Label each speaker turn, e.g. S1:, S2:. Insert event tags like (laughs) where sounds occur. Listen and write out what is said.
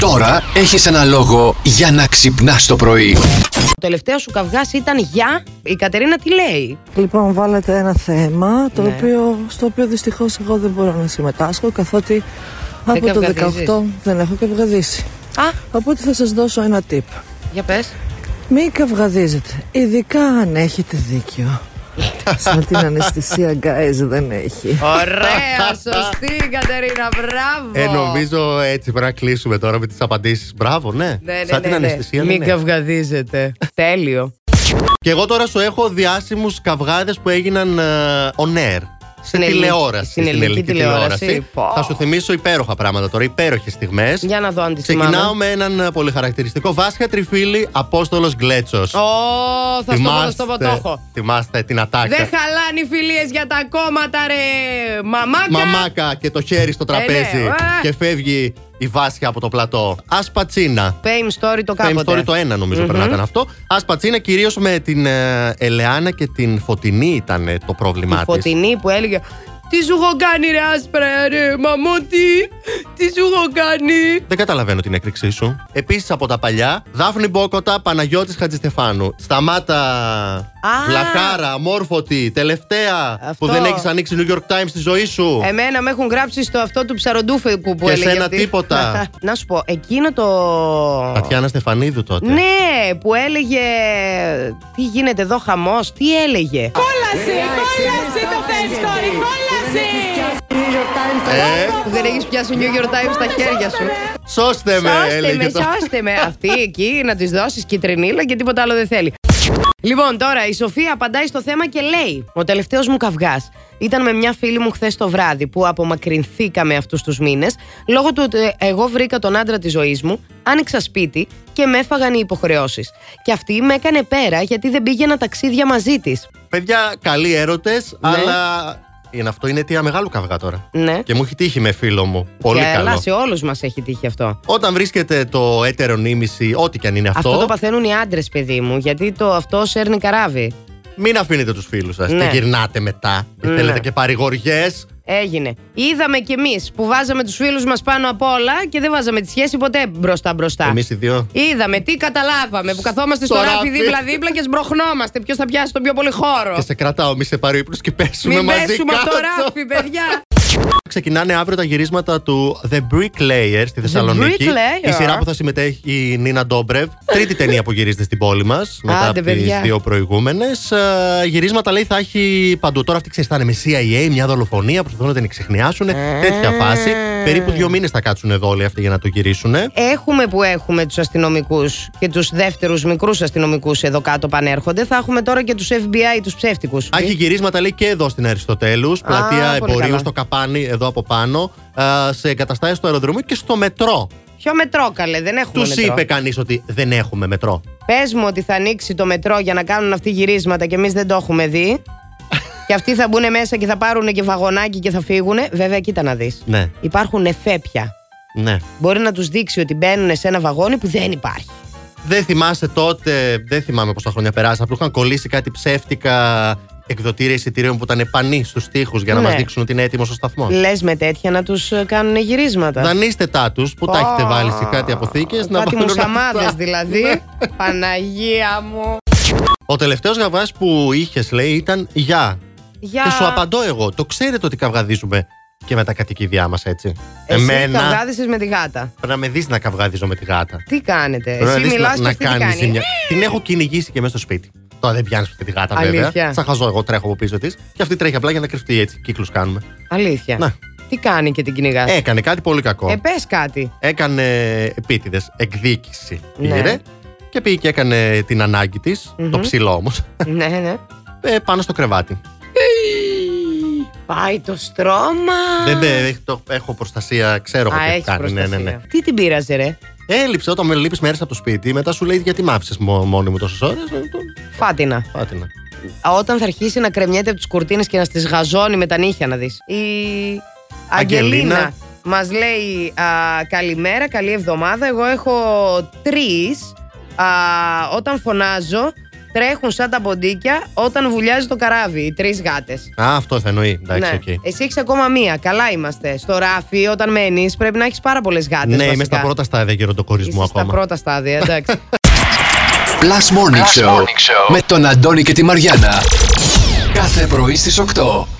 S1: Τώρα έχεις ένα λόγο για να ξυπνάς το πρωί.
S2: Ο τελευταίο σου καυγάς ήταν για. Η Κατερίνα τι λέει.
S3: Λοιπόν, βάλετε ένα θέμα το
S2: Ναι.
S3: οποίο, στο οποίο δυστυχώς εγώ δεν μπορώ να συμμετάσχω καθότι από το
S2: καυγαδίζεις.
S3: 18 δεν έχω καυγαδίσει.
S2: Α,
S3: Οπότε θα σας δώσω ένα tip.
S2: για πες.
S3: Μην καυγαδίζετε, ειδικά αν έχετε
S2: (laughs)
S3: δίκιο. Σαν την αναισθησία, guys, δεν έχει.
S2: Ωραία, σωστή η Κατερίνα, μπράβο.
S4: Ε, νομίζω έτσι πρέπει να κλείσουμε τώρα με τις απαντήσεις. Μπράβο, ναι.
S2: Ναι, ναι,
S4: Σαν
S2: ναι,
S4: την
S2: ναι.
S4: αναισθησία.
S2: Μην
S4: ναι.
S2: καυγαδίζετε. Τέλειο.
S4: Και εγώ τώρα σου έχω διάσημους καυγάδες που έγιναν ε, on air. Σε
S2: Στην ελληνική-
S4: τηλεόραση.
S2: στην ελληνική τηλεόραση. Πω.
S4: Θα σου θυμίσω υπέροχα πράγματα τώρα, υπέροχες στιγμές.
S2: Για να δω αν τη
S4: Ξεκινάω
S2: θυμάμαι.
S4: με έναν ε, πολύ χαρακτηριστικό. Βάσια Τριφίλη, Απόστολος Γκλέτσος.
S2: Ω, θα στο πω, στο πω, το έχω.
S4: θυμάστε την ατάκα.
S2: Δεν χαλάνε οι φιλίες για τα κόμματα, ρε. Μαμάκα.
S4: Μαμάκα και το χέρι στο τραπέζι.
S2: ναι, α.
S4: Και φεύγει η Βάσια από το πλατό. Ασπατσίνα.
S2: Fame story το
S4: Fame
S2: κάποτε.
S4: Story το ένα νομίζω πρέπει να ήταν αυτό. Ασπατσίνα κυρίως με την ε, Ελεάνα και την Φωτεινή ήταν ε,
S2: Η
S4: το πρόβλημά της.
S2: φωτεινή που έλεγε Τι σου έχω κάνει, ρε άσπρα, ρε μαμούτι. Τι σου έχω κάνει.
S4: Δεν καταλαβαίνω την έκρηξή σου. Επίσης από τα παλιά, Δάφνη Μπόκοτα, Παναγιώτης Χατζηστεφάνου. Σταμάτα. Βλαχάρα, μόρφωτη, τελευταία
S2: Αυτό. Ε,
S4: που δεν έχεις ανοίξει New York Times στη ζωή σου.
S2: Εμένα με έχουν γράψει στο αυτό του ψαροντούφεκου που
S4: Και
S2: έλεγε.
S4: σένα
S2: αυτή.
S4: τίποτα.
S2: (laughs) Να σου πω, εκείνο το.
S4: Τατιάνα Στεφανίδου τότε.
S2: Ναι, που έλεγε. Τι γίνεται εδώ, χαμός, τι έλεγε.
S4: Ε,
S2: Που δεν έχεις πιάσει New York Times στα χέρια σου.
S4: σώστε με,
S2: Σώστε
S4: έλεγε
S2: με,
S4: το.
S2: σώστε με. Αυτή εκεί να της δώσεις κυτρινίλα και τίποτα άλλο δεν θέλει. Λοιπόν, τώρα η Σοφία απαντάει στο θέμα και λέει: Ο τελευταίος μου καυγάς ήταν με μια φίλη μου χθες το βράδυ που απομακρυνθήκαμε αυτούς τους μήνες λόγω του ότι εγώ βρήκα τον άντρα της ζωής μου, άνοιξα σπίτι και με έφαγαν οι υποχρεώσεις. Και αυτή με έκανε πέρα γιατί δεν πήγαινα ταξίδια μαζί της.
S4: Παιδιά, καλοί έρωτες,
S2: Ναι.
S4: αλλά. Είναι αυτό είναι αιτία μεγάλου καυγά τώρα.
S2: Ναι.
S4: Και μου έχει τύχει με φίλο μου. Πολύ
S2: και
S4: καλό.
S2: αλλά σε όλους μας έχει τύχει αυτό.
S4: Όταν βρίσκεται το έτερο νήμιση, ό,τι και αν είναι αυτό,
S2: Αυτό το παθαίνουν οι άντρες, παιδί μου, γιατί το αυτό σέρνει καράβι.
S4: μην αφήνετε τους φίλους σας.
S2: Ναι.
S4: Και γυρνάτε μετά. Και
S2: Ναι.
S4: θέλετε και παρηγοριές.
S2: Έγινε. Είδαμε κι εμείς που βάζαμε τους φίλους μας πάνω απ' όλα και δεν βάζαμε τη σχέση ποτέ μπροστά-μπροστά.
S4: Εμείς οι δύο.
S2: Είδαμε τι καταλάβαμε που καθόμαστε στο
S4: Στο
S2: ράφι
S4: ράφι.
S2: δίπλα-δίπλα και σμπροχνόμαστε. Ποιος θα πιάσει τον πιο πολύ χώρο.
S4: Και σε κρατάω, μη σε πάρει ο ύπνο και πέσουμε
S2: Μην
S4: μαζί
S2: πέσουμε από το
S4: κάτω.
S2: ράφι, παιδιά.
S4: Ξεκινάνε αύριο τα γυρίσματα του The Bricklayer στη Θεσσαλονίκη.
S2: Bricklayer.
S4: Η σειρά που θα συμμετέχει η
S2: (laughs)
S4: Νίνα Ντόμπρεβ. Τρίτη ταινία που γυρίζεται στην πόλη μας. Μετά
S2: Άντε,
S4: από τι
S2: παιδιά.
S4: δύο προηγούμενες. Γυρίσματα λέει θα έχει παντού. Τώρα αυτή ξέρεις, θα είναι με CIA, μια δολοφονία. Προσπαθούν να την εξεχνιάσουν.
S2: Ε.
S4: Τέτοια φάση. Περίπου δύο μήνες θα κάτσουν εδώ όλοι αυτοί για να το γυρίσουν.
S2: Έχουμε που έχουμε τους αστυνομικούς και τους δεύτερους μικρούς αστυνομικούς εδώ κάτω πανέρχονται. Θα έχουμε τώρα και τους FBI, τους ψεύτικους.
S4: Α, Έχει γυρίσματα λέει και εδώ στην Αριστοτέλους, πλατεία
S2: πολύ
S4: εμπορίου,
S2: καλά.
S4: στο καπάνι εδώ από πάνω, α, σε εγκαταστάσεις του αεροδρομίου και στο μετρό.
S2: Ποιο μετρό, καλέ, δεν έχουμε
S4: Τους
S2: μετρό.
S4: είπε κανείς ότι δεν έχουμε μετρό.
S2: Πες μου ότι θα ανοίξει το μετρό για να κάνουν αυτοί γυρίσματα και εμείς δεν το έχουμε
S4: (laughs)
S2: δει. και αυτοί θα μπουν μέσα και θα πάρουν και βαγονάκι και θα φύγουν. Βέβαια, κοίτα να δεις.
S4: Ναι,
S2: Υπάρχουν εφέπια.
S4: ναι.
S2: Μπορεί να τους δείξει ότι μπαίνουν σε ένα βαγόνι που δεν υπάρχει.
S4: Δεν θυμάσαι τότε, δεν θυμάμαι πόσα χρόνια περάσαν, που είχαν κολλήσει κάτι ψεύτικα εκδοτήρια εισιτηρίων που ήταν πανί στου τοίχου για
S2: Ναι.
S4: να
S2: Ε.
S4: μας μα δείξουν ότι είναι έτοιμος ο σταθμός.
S2: Λες με τέτοια να τους κάνουν γυρίσματα.
S4: Δανείστε τα τους που τα ναι, έχετε βάλει σε κάτι αποθήκες.
S2: Κάτι μουσαμάδε
S4: (laughs) Ναι.
S2: δηλαδή. Παναγία μου.
S4: Ο τελευταίος γαβάς που είχες, λέει, ήταν γεια.
S2: Για...
S4: Και σου απαντώ εγώ. Το ξέρετε ότι καυγαδίζουμε και με τα κατοικίδια μας, έτσι.
S2: Εσύ
S4: Εμένα.
S2: καυγάδισες με τη γάτα.
S4: Πρέπει να με δεις να καυγάδιζω με τη γάτα.
S2: Τι κάνετε.
S4: Πρέπει
S2: Εσύ
S4: δεις
S2: μιλάς και
S4: να,
S2: αυτή τι
S4: κάνεις
S2: κάνει.
S4: ζημιά. Την έχω κυνηγήσει και μέσα στο σπίτι. Τώρα δεν πιάνεις αυτή τη γάτα, βέβαια.
S2: Αλήθεια.
S4: Σαν χαζό, εγώ τρέχω από πίσω της. Και αυτή τρέχει απλά για να κρυφτεί έτσι. Κύκλους κάνουμε.
S2: Αλήθεια.
S4: Να.
S2: Τι κάνει και την κυνηγά.
S4: Έκανε κάτι πολύ κακό.
S2: ε πες κάτι.
S4: Έκανε επίτηδες. Εκδίκηση
S2: Ναι.
S4: πήρε. Και πήγε και έκανε την ανάγκη της, το ψηλό όμως,
S2: (laughs) ναι, ναι.
S4: πάνω στο κρεβάτι.
S2: Πάει το στρώμα.
S4: Δεν, δεν- το- έχω προστασία, ξέρω εγώ
S2: Α,
S4: τι
S2: έχει
S4: κάνει. Ναι, ναι,
S2: προστασία.
S4: ναι.
S2: Τι την πήραζε, ρε.
S4: Έλειψε όταν με λείπεις μέρε από το σπίτι, μετά σου λέει γιατί μ' άφησε μόνη μου τόσες ώρες.
S2: Φάτινα.
S4: Πάτηνα.
S2: Α, Όταν θα αρχίσει να κρεμιέται από τις κουρτίνες και να στις γαζώνει με τα νύχια να δεις. Η
S4: Αγγελίνα.
S2: Αγγελίνα μας λέει α, καλημέρα, καλή εβδομάδα. Εγώ έχω τρεις. Όταν φωνάζω, τρέχουν σαν τα ποντίκια όταν βουλιάζει το καράβι. Οι τρεις γάτες.
S4: Α, αυτό θα εννοεί. Εντάξει, οκ.
S2: Εσύ έχεις ακόμα μία. Καλά είμαστε. Στο ράφι, όταν μένεις, πρέπει να έχεις πάρα πολλές γάτες.
S4: Ναι, είμαι στα πρώτα στάδια γεροντοκορισμού
S2: Είσαι στα
S4: ακόμα.
S2: πρώτα στάδια, εντάξει.
S1: Plus Morning, Show, με τον Αντώνη και τη Μαριάνα. Κάθε πρωί στις 8.